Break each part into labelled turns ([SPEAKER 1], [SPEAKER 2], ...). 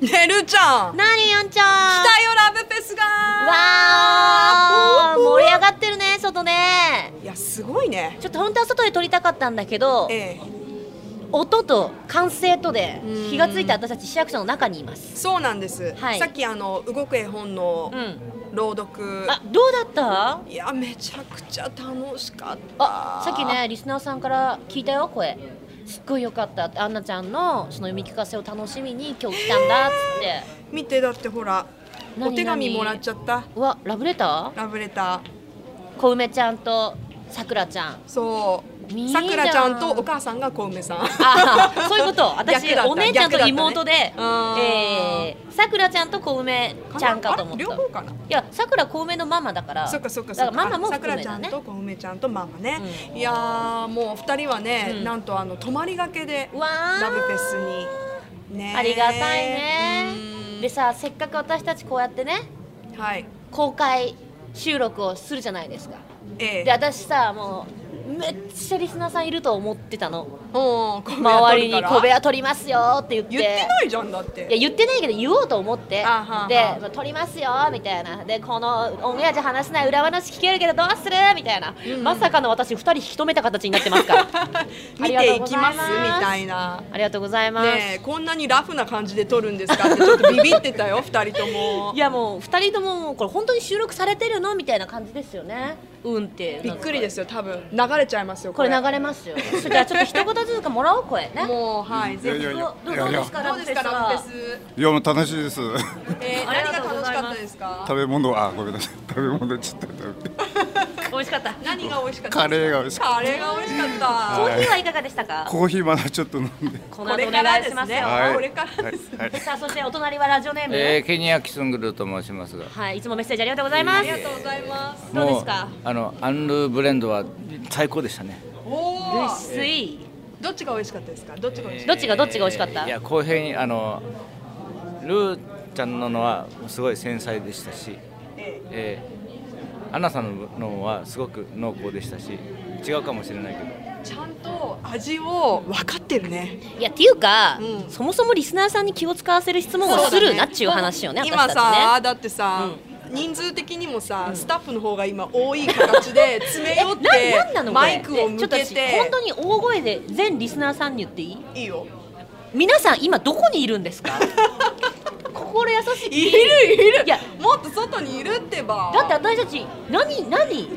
[SPEAKER 1] ねるちゃん来
[SPEAKER 2] なにやんちゃん
[SPEAKER 1] たよラブフェスが
[SPEAKER 2] わ
[SPEAKER 1] う
[SPEAKER 2] ー
[SPEAKER 1] わー
[SPEAKER 2] 盛り上がってるね外ね
[SPEAKER 1] いやすごいね
[SPEAKER 2] ちょっと本当は外で撮りたかったんだけど
[SPEAKER 1] ええ
[SPEAKER 2] 音と歓声とで
[SPEAKER 1] うん
[SPEAKER 2] 火がついた私たち市役所の中にいます
[SPEAKER 1] そうなんです、
[SPEAKER 2] はい
[SPEAKER 1] さっきあの動く絵本の
[SPEAKER 2] うん
[SPEAKER 1] 朗読、
[SPEAKER 2] あどうだった
[SPEAKER 1] いやめちゃくちゃ楽しかった
[SPEAKER 2] あさっきねリスナーさんから聞いたよ声すっごいよかったってアンナちゃんのその読み聞かせを楽しみに今日来たんだっつって
[SPEAKER 1] 見てだってほらお
[SPEAKER 2] 何
[SPEAKER 1] 手紙
[SPEAKER 2] 何
[SPEAKER 1] もらっちゃった
[SPEAKER 2] うわラブレタ
[SPEAKER 1] ラブレター
[SPEAKER 2] ー小梅ちゃんとさくらちゃん
[SPEAKER 1] そう
[SPEAKER 2] いいじゃ
[SPEAKER 1] さ
[SPEAKER 2] ん
[SPEAKER 1] くらちゃんとお母さんが小梅さん
[SPEAKER 2] あーそういうこと私、
[SPEAKER 1] 逆だった
[SPEAKER 2] お姉ちゃんと妹
[SPEAKER 1] 逆だ
[SPEAKER 2] で、
[SPEAKER 1] ったねうん
[SPEAKER 2] えーさくらちゃんと小梅ちゃんかと思
[SPEAKER 1] あ
[SPEAKER 2] っ
[SPEAKER 1] れ
[SPEAKER 2] た
[SPEAKER 1] 両方かない
[SPEAKER 2] やさくら小梅のママだから
[SPEAKER 1] そっかそっかそっ
[SPEAKER 2] だ
[SPEAKER 1] か
[SPEAKER 2] からママも
[SPEAKER 1] さく
[SPEAKER 2] 含
[SPEAKER 1] ら
[SPEAKER 2] め
[SPEAKER 1] ちゃ
[SPEAKER 2] だ
[SPEAKER 1] ん
[SPEAKER 2] ね
[SPEAKER 1] と小梅ちゃんとママね、いやーもう二人はね、
[SPEAKER 2] うん
[SPEAKER 1] なんとあの泊まりがけで
[SPEAKER 2] わー
[SPEAKER 1] ラブフェスにね
[SPEAKER 2] ありがたいね
[SPEAKER 1] うん
[SPEAKER 2] でさせっかく私たちこうやってね
[SPEAKER 1] はい
[SPEAKER 2] 公開収録をするじゃないですか
[SPEAKER 1] え
[SPEAKER 2] で
[SPEAKER 1] え
[SPEAKER 2] 私さもうめっちゃリスナーさんいると思ってたの
[SPEAKER 1] うん小部屋
[SPEAKER 2] 周
[SPEAKER 1] 取
[SPEAKER 2] り
[SPEAKER 1] るか
[SPEAKER 2] に
[SPEAKER 1] ら
[SPEAKER 2] 小部屋取りますよって言って
[SPEAKER 1] 言ってないじゃんだって
[SPEAKER 2] いや言ってないけど言おうと思って
[SPEAKER 1] あはん
[SPEAKER 2] で
[SPEAKER 1] はん
[SPEAKER 2] まあ撮りますよみたいなでこのオンエアじゃ話せない裏話聞けるけどどうするみたいな、
[SPEAKER 1] うん
[SPEAKER 2] まさかの私2人引き止めた形になってますから
[SPEAKER 1] 見ていきます
[SPEAKER 2] ありがとうございます
[SPEAKER 1] みたいな
[SPEAKER 2] ありがとうございます、
[SPEAKER 1] ねえこんなにラフな感じで撮るんですかってちょっとビビって たよ二人とも
[SPEAKER 2] いやもう2人とももうこれ本当に収録されてるのみたいな感じですよねうんって
[SPEAKER 1] びっくりですすよ多分流れちゃいますよ
[SPEAKER 2] こ
[SPEAKER 1] こ
[SPEAKER 2] れ
[SPEAKER 1] れ
[SPEAKER 2] 流れますよそれじゃあちょっと一言ずつかもらおう声ね
[SPEAKER 1] もうはい
[SPEAKER 2] ど
[SPEAKER 1] ぜ
[SPEAKER 2] う
[SPEAKER 1] ひ
[SPEAKER 2] ど
[SPEAKER 1] ど
[SPEAKER 2] う
[SPEAKER 1] う
[SPEAKER 2] どう
[SPEAKER 3] いやいや
[SPEAKER 2] ですかラブ
[SPEAKER 1] です
[SPEAKER 2] フェ
[SPEAKER 1] か
[SPEAKER 2] ス
[SPEAKER 1] ラブ
[SPEAKER 2] は
[SPEAKER 1] フェス
[SPEAKER 3] いやもう楽しいです。
[SPEAKER 1] えー
[SPEAKER 2] あり
[SPEAKER 1] 何
[SPEAKER 2] が
[SPEAKER 1] が
[SPEAKER 2] とうご
[SPEAKER 1] 楽
[SPEAKER 2] ざ
[SPEAKER 1] しか
[SPEAKER 2] います
[SPEAKER 1] ったですか
[SPEAKER 3] 食べ物あごめんなさい食べ物ちょっと食べて
[SPEAKER 2] 美味しかった
[SPEAKER 1] 何が美味しかったですか
[SPEAKER 3] カレーが美味しかっ
[SPEAKER 1] カレーが美味し
[SPEAKER 2] コ
[SPEAKER 1] かっ
[SPEAKER 2] ーヒーはいかがでしたか
[SPEAKER 3] コーヒーまだちょっと飲んで。
[SPEAKER 2] こ
[SPEAKER 1] たこ
[SPEAKER 2] の後
[SPEAKER 1] れ
[SPEAKER 2] お
[SPEAKER 1] から
[SPEAKER 2] 願い
[SPEAKER 1] で
[SPEAKER 2] し
[SPEAKER 1] す
[SPEAKER 2] ます
[SPEAKER 1] ね
[SPEAKER 2] よ、
[SPEAKER 3] はい
[SPEAKER 1] これからです
[SPEAKER 3] はい。
[SPEAKER 2] さあそしてお隣はラジオネーム、
[SPEAKER 4] えー、ケニアキスングルーと申しますが
[SPEAKER 2] はいいつもメッセージありがとうございます、
[SPEAKER 1] ありがとうございます
[SPEAKER 2] どうです
[SPEAKER 4] う
[SPEAKER 2] か
[SPEAKER 4] あのアンルーブレンドは最高でしたね
[SPEAKER 1] おお
[SPEAKER 2] 薄い
[SPEAKER 1] どっちが美味しかったですかどっちが美味しか
[SPEAKER 2] どっちがどっちが美味しかった、
[SPEAKER 4] いや公平にあのルーちゃんののはすごい繊細でしたし、えーアンナさんののはすごく濃厚でしたし違うかもしれないけど
[SPEAKER 1] ったちゃんと味を分かってるね
[SPEAKER 2] いやっていうか、
[SPEAKER 1] うん
[SPEAKER 2] そもそもリスナーさんに気を使わせる質問を
[SPEAKER 1] そうだ
[SPEAKER 2] す
[SPEAKER 1] ね
[SPEAKER 2] るなっちゅう話よね
[SPEAKER 1] 今
[SPEAKER 2] 私たち
[SPEAKER 1] さ
[SPEAKER 2] ね
[SPEAKER 1] だってさ人数的にもさスタッフの方が今多い形で詰め寄っ
[SPEAKER 2] え
[SPEAKER 1] て
[SPEAKER 2] ななんなのこれ
[SPEAKER 1] マイクを向け
[SPEAKER 2] ちょっと私本
[SPEAKER 1] て
[SPEAKER 2] 当に大声で全リスナーさんに言っていい
[SPEAKER 1] いいよ
[SPEAKER 2] 皆さん今どこにいるんで すか心優し
[SPEAKER 1] い
[SPEAKER 2] い
[SPEAKER 1] るいる
[SPEAKER 2] いや
[SPEAKER 1] もっと外にいるってば
[SPEAKER 2] だって私たち何何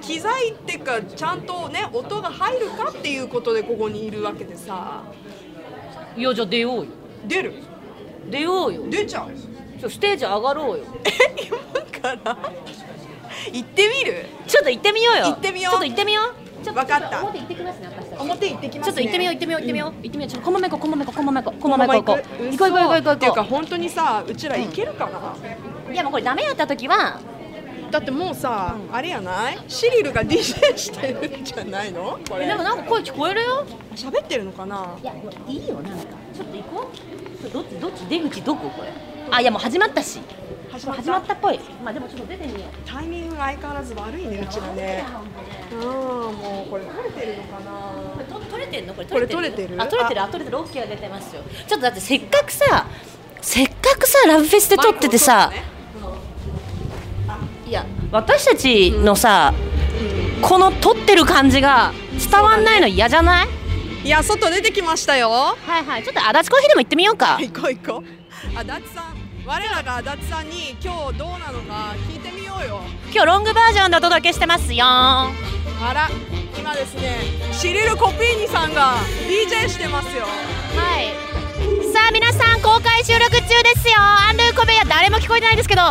[SPEAKER 1] 機材ってかちゃんとね音が入るかっていうことでここにいるわけでさ
[SPEAKER 2] いやじゃあ出ようよ
[SPEAKER 1] 出る
[SPEAKER 2] 出ようよ
[SPEAKER 1] 出ちゃう
[SPEAKER 2] ちょステージ上がろうよ
[SPEAKER 1] え今から行ってみる
[SPEAKER 2] ちょっと行ってみようよ
[SPEAKER 1] 行ってみよう
[SPEAKER 2] ちょっと行ってみようちょ
[SPEAKER 1] わかった
[SPEAKER 2] ちょと表行ってきますね私たち
[SPEAKER 1] 表行ってきますね
[SPEAKER 2] ちょっと行ってみよう行ってみよう行ってみよう、行ってみようちょっとこまめここまめここまめここ
[SPEAKER 1] こ
[SPEAKER 2] ま
[SPEAKER 1] の
[SPEAKER 2] め
[SPEAKER 1] まま
[SPEAKER 2] こ
[SPEAKER 1] 行く
[SPEAKER 2] こ行こう行こう行こう行こう
[SPEAKER 1] っていうか本当にさうちら行けるかな、
[SPEAKER 2] いやもうこれダメやった時は
[SPEAKER 1] だってもうさ、あれやないシリルが DJ してるんじゃないのこれ
[SPEAKER 2] でもなんか声聞こえるよ
[SPEAKER 1] 喋ってるのかない
[SPEAKER 2] やもういいよなんかちょっと行こうどっちどっち出口どここれあいやもう始まったし
[SPEAKER 1] 始
[SPEAKER 2] もう
[SPEAKER 1] ま
[SPEAKER 2] 始まったっぽいまあでもちょっと出てみよう
[SPEAKER 1] タイミングが相変わらず悪いねうちらねうんもうこれ取れてるのかな
[SPEAKER 2] これと取れてんのこれ
[SPEAKER 1] これ取れてる
[SPEAKER 2] あ取れてるあ取れてるオッケーが出てますよちょっとだってせっかくさせっかくさラブフェスで撮っててさ、
[SPEAKER 1] マイクを
[SPEAKER 2] いや私たちのさ、この撮ってる感じが伝わんないの嫌じゃない、
[SPEAKER 1] 取ってねいや外出てきましたよ
[SPEAKER 2] はいはいちょっと足立コーヒーでも行ってみようか
[SPEAKER 1] 行こう行こう足立さん我らが足立さんに今日どうなのか聞いてみようよ
[SPEAKER 2] 今日ロングバージョンでお届けしてますよ
[SPEAKER 1] あら今ですねシリル・コピーニさんが DJ してますよ
[SPEAKER 2] はい。さあ皆さん公開収録中ですよ。アンルーコベヤ誰も聞こえてないですけど。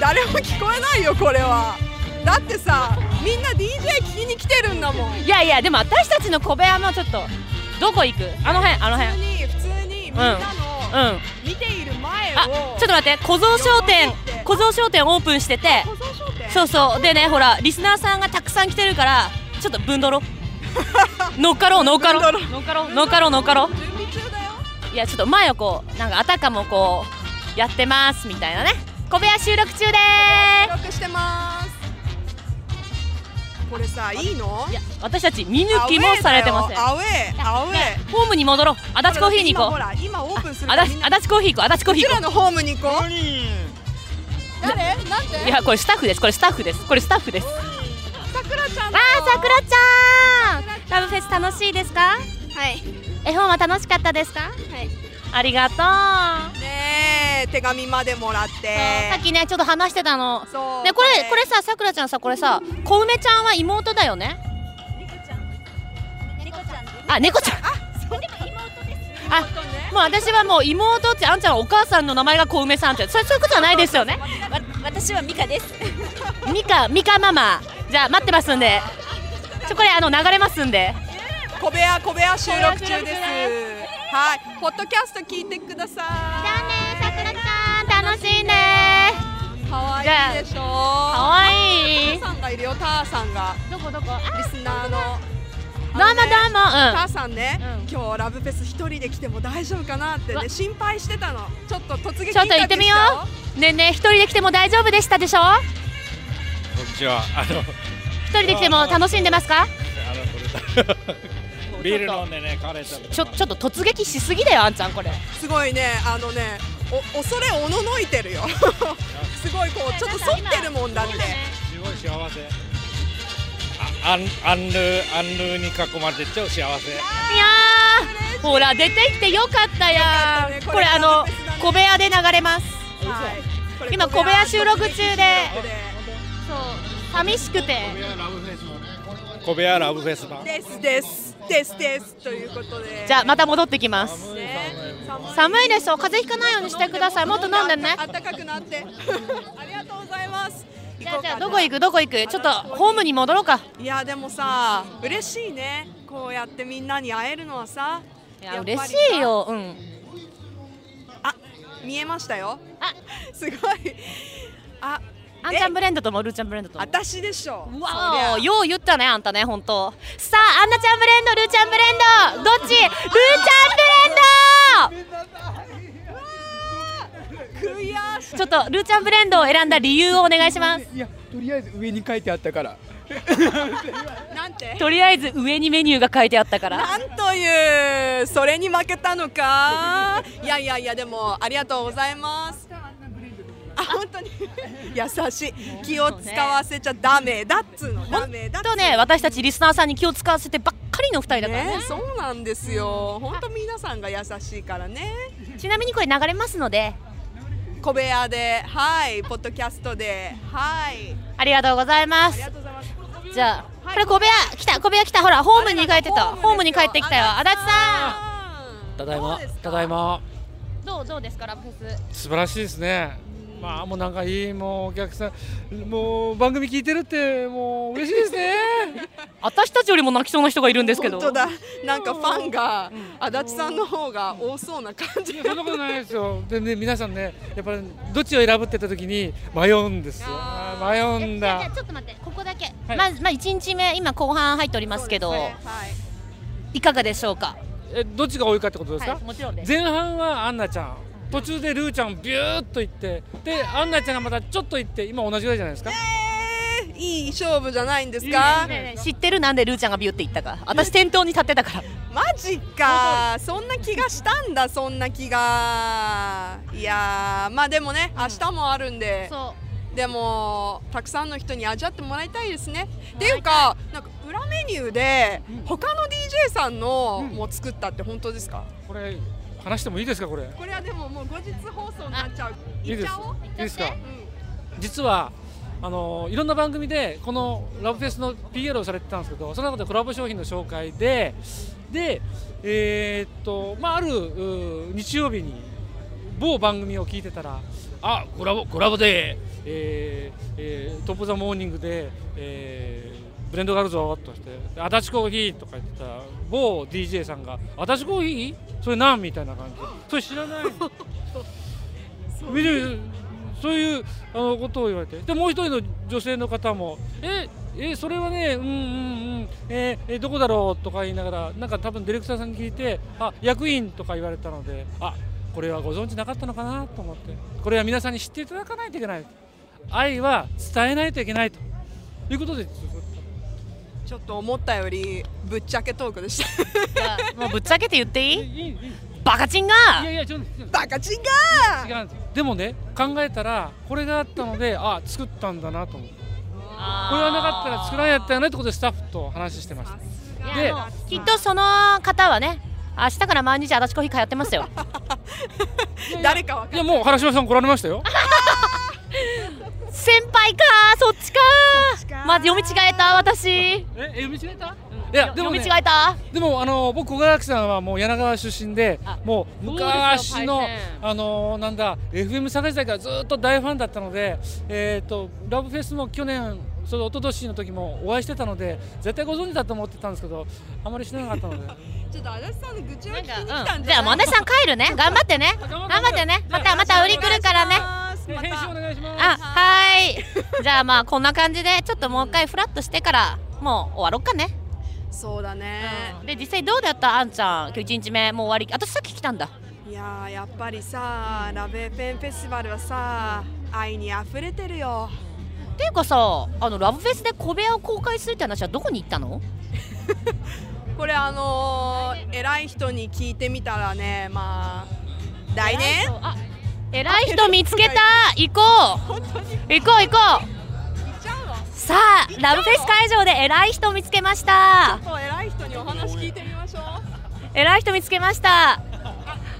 [SPEAKER 1] 誰も聞こえないよこれはだってさみんな DJ 聞きに来てるんだもん普
[SPEAKER 2] いやいやでも私たちの小部屋もちょっとどこ行く？あの辺あの
[SPEAKER 1] 通
[SPEAKER 2] 辺。
[SPEAKER 1] に普通にみんなの
[SPEAKER 2] うん。
[SPEAKER 1] 見ている前を
[SPEAKER 2] あ、ちょっと待って小僧商店小僧商店オープンしてて。
[SPEAKER 1] 小僧商店
[SPEAKER 2] そうそうでねほらリスナーさんがたくさん来てるからちょっとぶんどろ。乗っかろう乗っかろう乗っかろう乗っかろう乗っかろう。
[SPEAKER 1] 準備中だよ
[SPEAKER 2] いやちょっと前をこうなんかあたかもこうやってますみたいなね。小部屋収録中でーす。
[SPEAKER 1] 記録してますこれさいいの
[SPEAKER 2] いや
[SPEAKER 5] 私たち見抜きもされてません
[SPEAKER 1] アウェーだよアウェーアウェ
[SPEAKER 5] ね
[SPEAKER 1] ー
[SPEAKER 5] ホームに戻ろう足立コーヒーに行こ
[SPEAKER 1] ほ
[SPEAKER 5] う
[SPEAKER 1] ら今ほら今オープンする
[SPEAKER 5] あ
[SPEAKER 1] から
[SPEAKER 5] 足
[SPEAKER 1] みん
[SPEAKER 5] 立足
[SPEAKER 1] な
[SPEAKER 5] 立コーヒー行こう足立コー
[SPEAKER 1] こ
[SPEAKER 5] ヒ
[SPEAKER 1] ち
[SPEAKER 5] ー行
[SPEAKER 1] ら
[SPEAKER 5] こ
[SPEAKER 1] のホームに行こう誰なん
[SPEAKER 5] うい
[SPEAKER 1] で
[SPEAKER 5] やこれスタッフですこれスタッフですこれスタッフです
[SPEAKER 1] さくらちゃん
[SPEAKER 6] わ
[SPEAKER 1] だ
[SPEAKER 6] あさくらちゃんラブフェス楽しいですか
[SPEAKER 7] はい。
[SPEAKER 6] 絵本は楽しかったですか
[SPEAKER 7] はい。
[SPEAKER 5] ありがとう
[SPEAKER 1] ねえ手紙までもらって
[SPEAKER 2] さっきねちょっと話してたの
[SPEAKER 1] そう
[SPEAKER 2] ねこれこれささくらちゃんさこれさ小梅ちゃんは妹だよね
[SPEAKER 7] 猫ちゃんで
[SPEAKER 2] あ猫ちゃんあもう私はもう妹ってあんちゃんはお母さんの名前が小梅さんってそれそういうことじゃないですよね
[SPEAKER 7] わ私はミカです。
[SPEAKER 2] ミカミカママじゃあ待ってますんでちょこれあの流れますんで
[SPEAKER 1] 小部屋小部屋収録中ですはいポッドキャスト聞いてくださ
[SPEAKER 6] じゃあねさくらちゃん楽しい
[SPEAKER 1] い
[SPEAKER 6] ね
[SPEAKER 1] 可愛いでしょ
[SPEAKER 2] か
[SPEAKER 1] 可
[SPEAKER 2] わ
[SPEAKER 1] タ
[SPEAKER 2] いい
[SPEAKER 1] ーさんがいるよターさんが
[SPEAKER 2] どこどこ
[SPEAKER 1] リスナーの
[SPEAKER 2] どうもど
[SPEAKER 1] あの
[SPEAKER 2] う
[SPEAKER 1] ねター
[SPEAKER 2] も
[SPEAKER 1] さんね、今日ラブフェス一人で来ても大丈夫かなって
[SPEAKER 2] わ
[SPEAKER 1] ね心配してたのちょっと突撃
[SPEAKER 2] ちょっと行ってみようんねえねえ一人で来ても大丈夫でしたでしょ
[SPEAKER 8] こんにちは。あの、
[SPEAKER 2] 一人で来ても楽しんでますか
[SPEAKER 8] あの、これビール飲んでね、カレー食べて
[SPEAKER 2] ちょちょっと突撃しすぎだよあんちゃんこれ
[SPEAKER 1] すごいねあのねお恐れおののいて るよすごいこうちょっと反ってるもんだって
[SPEAKER 8] すごい幸せ。あ、アン、アンルー、アンルーに囲まれて超幸せ。
[SPEAKER 2] いやーほら出て行ってよかったやん
[SPEAKER 1] よかったね
[SPEAKER 2] こ
[SPEAKER 1] こ
[SPEAKER 2] れ
[SPEAKER 1] れ
[SPEAKER 2] あの
[SPEAKER 1] ラブフェスだね
[SPEAKER 2] 小部屋で流れます
[SPEAKER 1] はいこれ
[SPEAKER 2] 今小部屋収録
[SPEAKER 1] 突撃
[SPEAKER 2] 中で
[SPEAKER 1] 収録
[SPEAKER 2] 寂しくて
[SPEAKER 8] 小部屋ラブフェス版。
[SPEAKER 1] ですですですですということで
[SPEAKER 2] じゃあまた戻ってきます
[SPEAKER 1] ね寒い
[SPEAKER 2] 寒いですよ風邪ひかないようにしてくださいもっと飲んでね
[SPEAKER 1] あったかくなって ありがとうございます
[SPEAKER 2] じゃあじゃあどこ行くどこ行くちょっとホームに戻ろうか
[SPEAKER 1] いやでもさ嬉しいねこうやってみんなに会えるのはさ
[SPEAKER 2] い
[SPEAKER 1] や
[SPEAKER 2] や
[SPEAKER 1] っぱりさ
[SPEAKER 2] 嬉しいようん
[SPEAKER 1] あ見えましたよ
[SPEAKER 2] あ
[SPEAKER 1] すごいあ
[SPEAKER 2] あんちゃんブレンドともルーちゃんブレンドとも
[SPEAKER 1] 私でしょ
[SPEAKER 2] わ
[SPEAKER 1] そ
[SPEAKER 2] お
[SPEAKER 1] りゃ
[SPEAKER 2] よう言ったねあんたね本当さああんなちゃんブレンドルーちゃんブレンドどっちルーちゃんブレン
[SPEAKER 1] 悔しい
[SPEAKER 2] ドちょっとルーちゃんブレンドを選んだ理由をお願いします
[SPEAKER 9] いやとりあえず上に書いてあったから
[SPEAKER 1] なんて
[SPEAKER 2] とりあえず上にメニューが書いてあったから
[SPEAKER 1] なんというそれに負けたのかいやいやいやでもありがとうございますあ本当に優しい気を使わせちゃダメだっつうのダメだっつう
[SPEAKER 2] とね私たちリスナーさんに気を使わせてばっかりの二人だからね
[SPEAKER 1] ねそうなんですよ本当皆さんが優しいからね
[SPEAKER 2] ちなみにこれ流れますので
[SPEAKER 1] 小部屋ではいポッドキャストではい
[SPEAKER 2] ありがとうござい
[SPEAKER 1] あ
[SPEAKER 2] ま
[SPEAKER 1] り
[SPEAKER 2] す
[SPEAKER 1] がとうございます
[SPEAKER 2] じゃあこれ小部屋来た小部屋来たほらホームに帰っ
[SPEAKER 1] で
[SPEAKER 2] てた
[SPEAKER 1] すよ
[SPEAKER 2] ホームに帰ってきたよ足立
[SPEAKER 1] ん
[SPEAKER 2] さ
[SPEAKER 10] ただい
[SPEAKER 1] ど
[SPEAKER 10] ま
[SPEAKER 1] うですか
[SPEAKER 10] ただいま
[SPEAKER 2] んどうどうですかラブフェス
[SPEAKER 10] 素晴らしいですねまあもうなんかいいもうお客さんもう番組聞いてるってもう嬉しいです ね
[SPEAKER 2] 私たちよりも泣きそうな人がいるんですけど
[SPEAKER 1] 本当だなんかファンが足立さんの方が多そうな感じ
[SPEAKER 10] いやそんなことないですよでね皆さんねやっぱりどっちを選ぶって言った時に迷うんですよ
[SPEAKER 1] あ
[SPEAKER 10] 迷
[SPEAKER 6] じ
[SPEAKER 10] うん
[SPEAKER 6] ゃあじゃ
[SPEAKER 10] だ
[SPEAKER 6] あちょっと待ってここだけ
[SPEAKER 10] はい
[SPEAKER 2] まず、まあ、1日目今後半入っておりますけど
[SPEAKER 1] そうですねはい
[SPEAKER 2] いかがでしょうか
[SPEAKER 10] えどっちが多いかってことですか、
[SPEAKER 2] もちろん
[SPEAKER 10] 前半はアンナちゃん途中でルーちゃんビューっと行ってでアンナちゃんがまたちょっと行って今同じぐらいじゃないですか
[SPEAKER 1] えーいい勝負じゃないんですか
[SPEAKER 2] 知ってるなんでルーちゃんがビュって言ったか私店頭に立ってたから
[SPEAKER 1] マジかそんな気がしたんだそんな気がいやーまあでもね明日もあるんで、
[SPEAKER 6] そ
[SPEAKER 1] でもたくさんの人に味わってもらいたいですねっていうかなんか裏メニューで他の DJ さんのも作ったって本当ですか、
[SPEAKER 10] これ話してもいいですかこれい
[SPEAKER 1] これはでももう後日放送になっちゃう
[SPEAKER 10] いですいいですか
[SPEAKER 1] うん
[SPEAKER 10] 実はあのいろんな番組でこのラブフェスの PR をされてたんですけどその中でコラボ商品の紹介ででえーっとまああるうー日曜日に某番組を聞いてたらあコラボコラボで、えーえートップ・オブザ・モーニングで、えーブレンドがあるぞとしてで足立コーヒーとか言ってた某 DJ さんが足立コーヒーそれなんみたいな感じそれ知らない見るそういうあのことを言われてでもう一人の女性の方も「ええそれはねうんうんうんえーえどこだろう?」とか言いながらなんか多分ディレクターさんに聞いて「あ役員」とか言われたのであこれはご存知なかったのかなと思ってこれは皆さんに知っていただかないといけない愛は伝えないといけないということで
[SPEAKER 1] ちょっと思ったよりぶっちゃけトークでした。
[SPEAKER 2] もうぶっちゃけて言っていい
[SPEAKER 10] いいいいい
[SPEAKER 2] バカチンが
[SPEAKER 10] やいやちょっとちょっ
[SPEAKER 1] バカ違う。
[SPEAKER 10] と違うんですでもね考えたらこれがあったのであ作ったんだなと思ってこ
[SPEAKER 2] こ
[SPEAKER 10] れがなかったら作らんやったよねってことでスタッフと話してました
[SPEAKER 2] い
[SPEAKER 10] で
[SPEAKER 2] やもうきっとその方はね明日から毎日足立コーヒー通ってますよ
[SPEAKER 1] 誰かわかん
[SPEAKER 10] いやもう原島さん来られましたよ
[SPEAKER 2] 先輩かそっちかまず読み違えた私
[SPEAKER 10] え読み違えたいやでも、
[SPEAKER 2] 読
[SPEAKER 10] ね
[SPEAKER 2] み違、えた
[SPEAKER 10] でもあの僕小川さんはもう柳川出身で
[SPEAKER 2] あ
[SPEAKER 10] もう昔の
[SPEAKER 2] そうですよパイセ
[SPEAKER 10] あのなんだ FM 探し台からずっと大ファンだったのでえっ、とラブフェスも去年それ一昨年の時もお会いしてたので絶対ご存知だと思ってたんですけどあまり知らなかった ので
[SPEAKER 1] ちょっと足立さんの愚痴を聞きに来
[SPEAKER 2] うん
[SPEAKER 1] たん
[SPEAKER 2] じゃあもう足立さん帰るね頑張ってね
[SPEAKER 10] 頑張
[SPEAKER 2] 頑
[SPEAKER 10] って
[SPEAKER 2] 張ってねまたまた売り来るからね
[SPEAKER 1] ね
[SPEAKER 10] 編集お願いします
[SPEAKER 2] あはいじゃあまあこんな感じでちょっともう一回フラッとしてからもう終わろっかね
[SPEAKER 1] そうだね。
[SPEAKER 2] で実際どうだったあんちゃん今日一日目もう終わり私さっき来たんだ
[SPEAKER 1] いやーやっぱりさラベペンフェスティバルはさ愛に溢れてるよ
[SPEAKER 2] っていうかさあのラブフェスで小部屋を公開するって話はどこに行ったの
[SPEAKER 1] これあのー、偉い人に聞いてみたらねまあ来年
[SPEAKER 2] あ偉い人見つけた 行こう行こう行こ
[SPEAKER 1] 行っちゃうの
[SPEAKER 2] うさあラブフェス会場で偉い人見つけました
[SPEAKER 1] そう偉い人にお話聞いてみましょう
[SPEAKER 2] 偉い人見つけました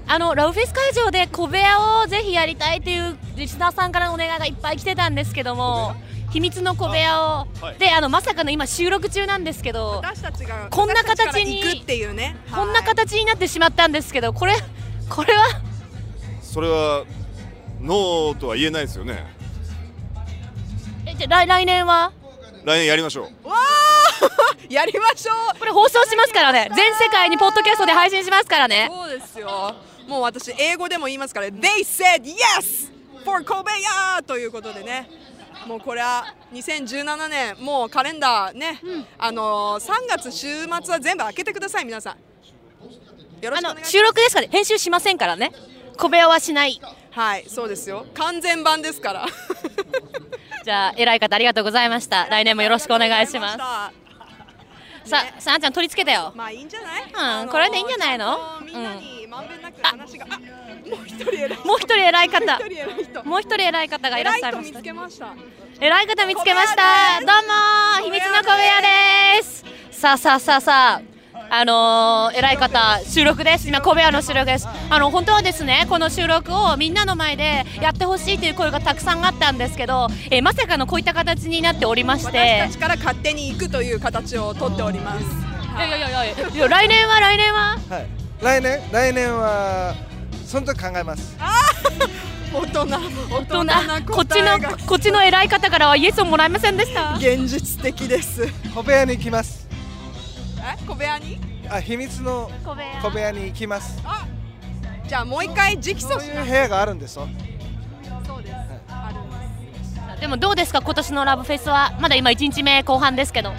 [SPEAKER 2] あのラブフェス会場で小部屋をぜひやりたいというリスナーさんからのお願いがいっぱい来てたんですけども秘密の小部屋をであのまさかの今収録中なんですけど
[SPEAKER 1] 私たちが
[SPEAKER 2] こんな形に
[SPEAKER 1] 私たちから行くっていうね
[SPEAKER 2] こんな形になってしまったんですけどこれこれは
[SPEAKER 3] それはノーとは言えないですよね
[SPEAKER 2] えじゃあ来来年は
[SPEAKER 3] 来年やりましょう
[SPEAKER 1] わー やりましょ
[SPEAKER 2] これ放送しますからね全世界にポッドキャストで配信しますから
[SPEAKER 1] う
[SPEAKER 2] ね
[SPEAKER 1] そうですよもう私英語でも言いますから They said yes for 神戸屋ということでねもうこれは2017年もうカレンダーね、あのー、3月週末は全部開けてください皆さんよろ
[SPEAKER 2] あ
[SPEAKER 1] しくお願いし
[SPEAKER 2] の
[SPEAKER 1] ます
[SPEAKER 2] 収録ですから編集しませんからね小部屋はしない
[SPEAKER 1] はいそうですよ完全版です から
[SPEAKER 2] じゃあ偉い方ありがとうございました来年もよろしくお願いします
[SPEAKER 1] ありがとうございました
[SPEAKER 2] さあさああんちゃん取り付けたよ
[SPEAKER 1] まあいいんじゃない、
[SPEAKER 2] んこれでいいんじゃないの
[SPEAKER 1] ちゃんとみんなにまんべんなく話が、あもう一人偉い人
[SPEAKER 2] もう一人偉い方
[SPEAKER 1] もう一人偉い人
[SPEAKER 2] もう一人偉い方がいらっしゃいま
[SPEAKER 1] 偉い
[SPEAKER 2] し
[SPEAKER 1] 人
[SPEAKER 2] た
[SPEAKER 1] 見つけました
[SPEAKER 2] 偉い方見つけました
[SPEAKER 1] 小部屋です
[SPEAKER 2] どうも秘密の小部屋ですさあさあさあさああのー、偉い方収録です今小部屋の収録ですあの本当はですねこの収録をみんなの前でやってほしいという声がたくさんあったんですけど、えーまさかのこういった形になっておりまし
[SPEAKER 1] 私
[SPEAKER 2] て
[SPEAKER 1] たちから勝手に行くという形をとっております
[SPEAKER 2] いやいやいやいやいや来年は来年は
[SPEAKER 9] はい、来年来年はその時考えます
[SPEAKER 1] 大人大
[SPEAKER 2] ど
[SPEAKER 1] 人
[SPEAKER 2] んな
[SPEAKER 1] な
[SPEAKER 2] こっ
[SPEAKER 1] 答
[SPEAKER 2] ち
[SPEAKER 1] え
[SPEAKER 2] の
[SPEAKER 1] が
[SPEAKER 2] こっちの偉い方からはイエスをもらえませんでした
[SPEAKER 1] 現実的ですえ
[SPEAKER 9] 小部屋に行きます
[SPEAKER 1] 小部屋に
[SPEAKER 9] あ秘密の
[SPEAKER 2] 小部屋
[SPEAKER 9] 小部屋に行きます
[SPEAKER 1] じゃあもう一回直訴し
[SPEAKER 9] そう
[SPEAKER 1] ま
[SPEAKER 9] いう部屋があるんですよ
[SPEAKER 1] そうですあるんです
[SPEAKER 2] でもどうですか今年のラブフェスはまだ今1日目後半ですけど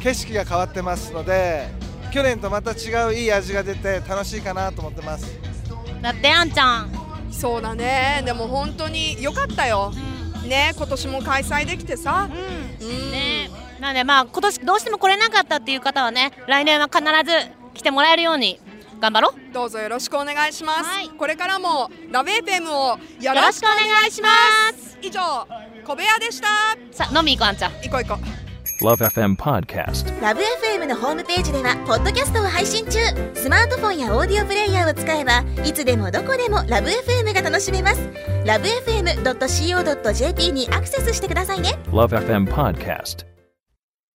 [SPEAKER 9] 景色が変わってますので去年とまた違ういい味が出て楽しいかなと思ってます
[SPEAKER 2] だってあんちゃん
[SPEAKER 1] そうだねでも本当に良かったよ、ね今年も開催できてさ、うん
[SPEAKER 2] ねなのでまあ今年どうしても来れなかったっていう方はね来年は必ず来てもらえるように頑張ろう
[SPEAKER 1] どうぞよろしくお願いします、
[SPEAKER 2] はい
[SPEAKER 1] これからもラベーペムをよ
[SPEAKER 2] よ
[SPEAKER 1] ろ
[SPEAKER 2] ろし
[SPEAKER 1] し
[SPEAKER 2] く
[SPEAKER 1] く
[SPEAKER 2] お願いします
[SPEAKER 1] 以上小部屋でした
[SPEAKER 2] さあ飲み行こうあんちゃん
[SPEAKER 1] 行こう行こう
[SPEAKER 11] LoveFM Podcast
[SPEAKER 6] ラブ f m のホームページではポッドキャストを配信中スマートフォンやオーディオプレイヤーを使えばいつでもどこでもラブ f m が楽しめますラブ FM.co.jp にアクセスしてくださいね
[SPEAKER 11] LoveFM Podcast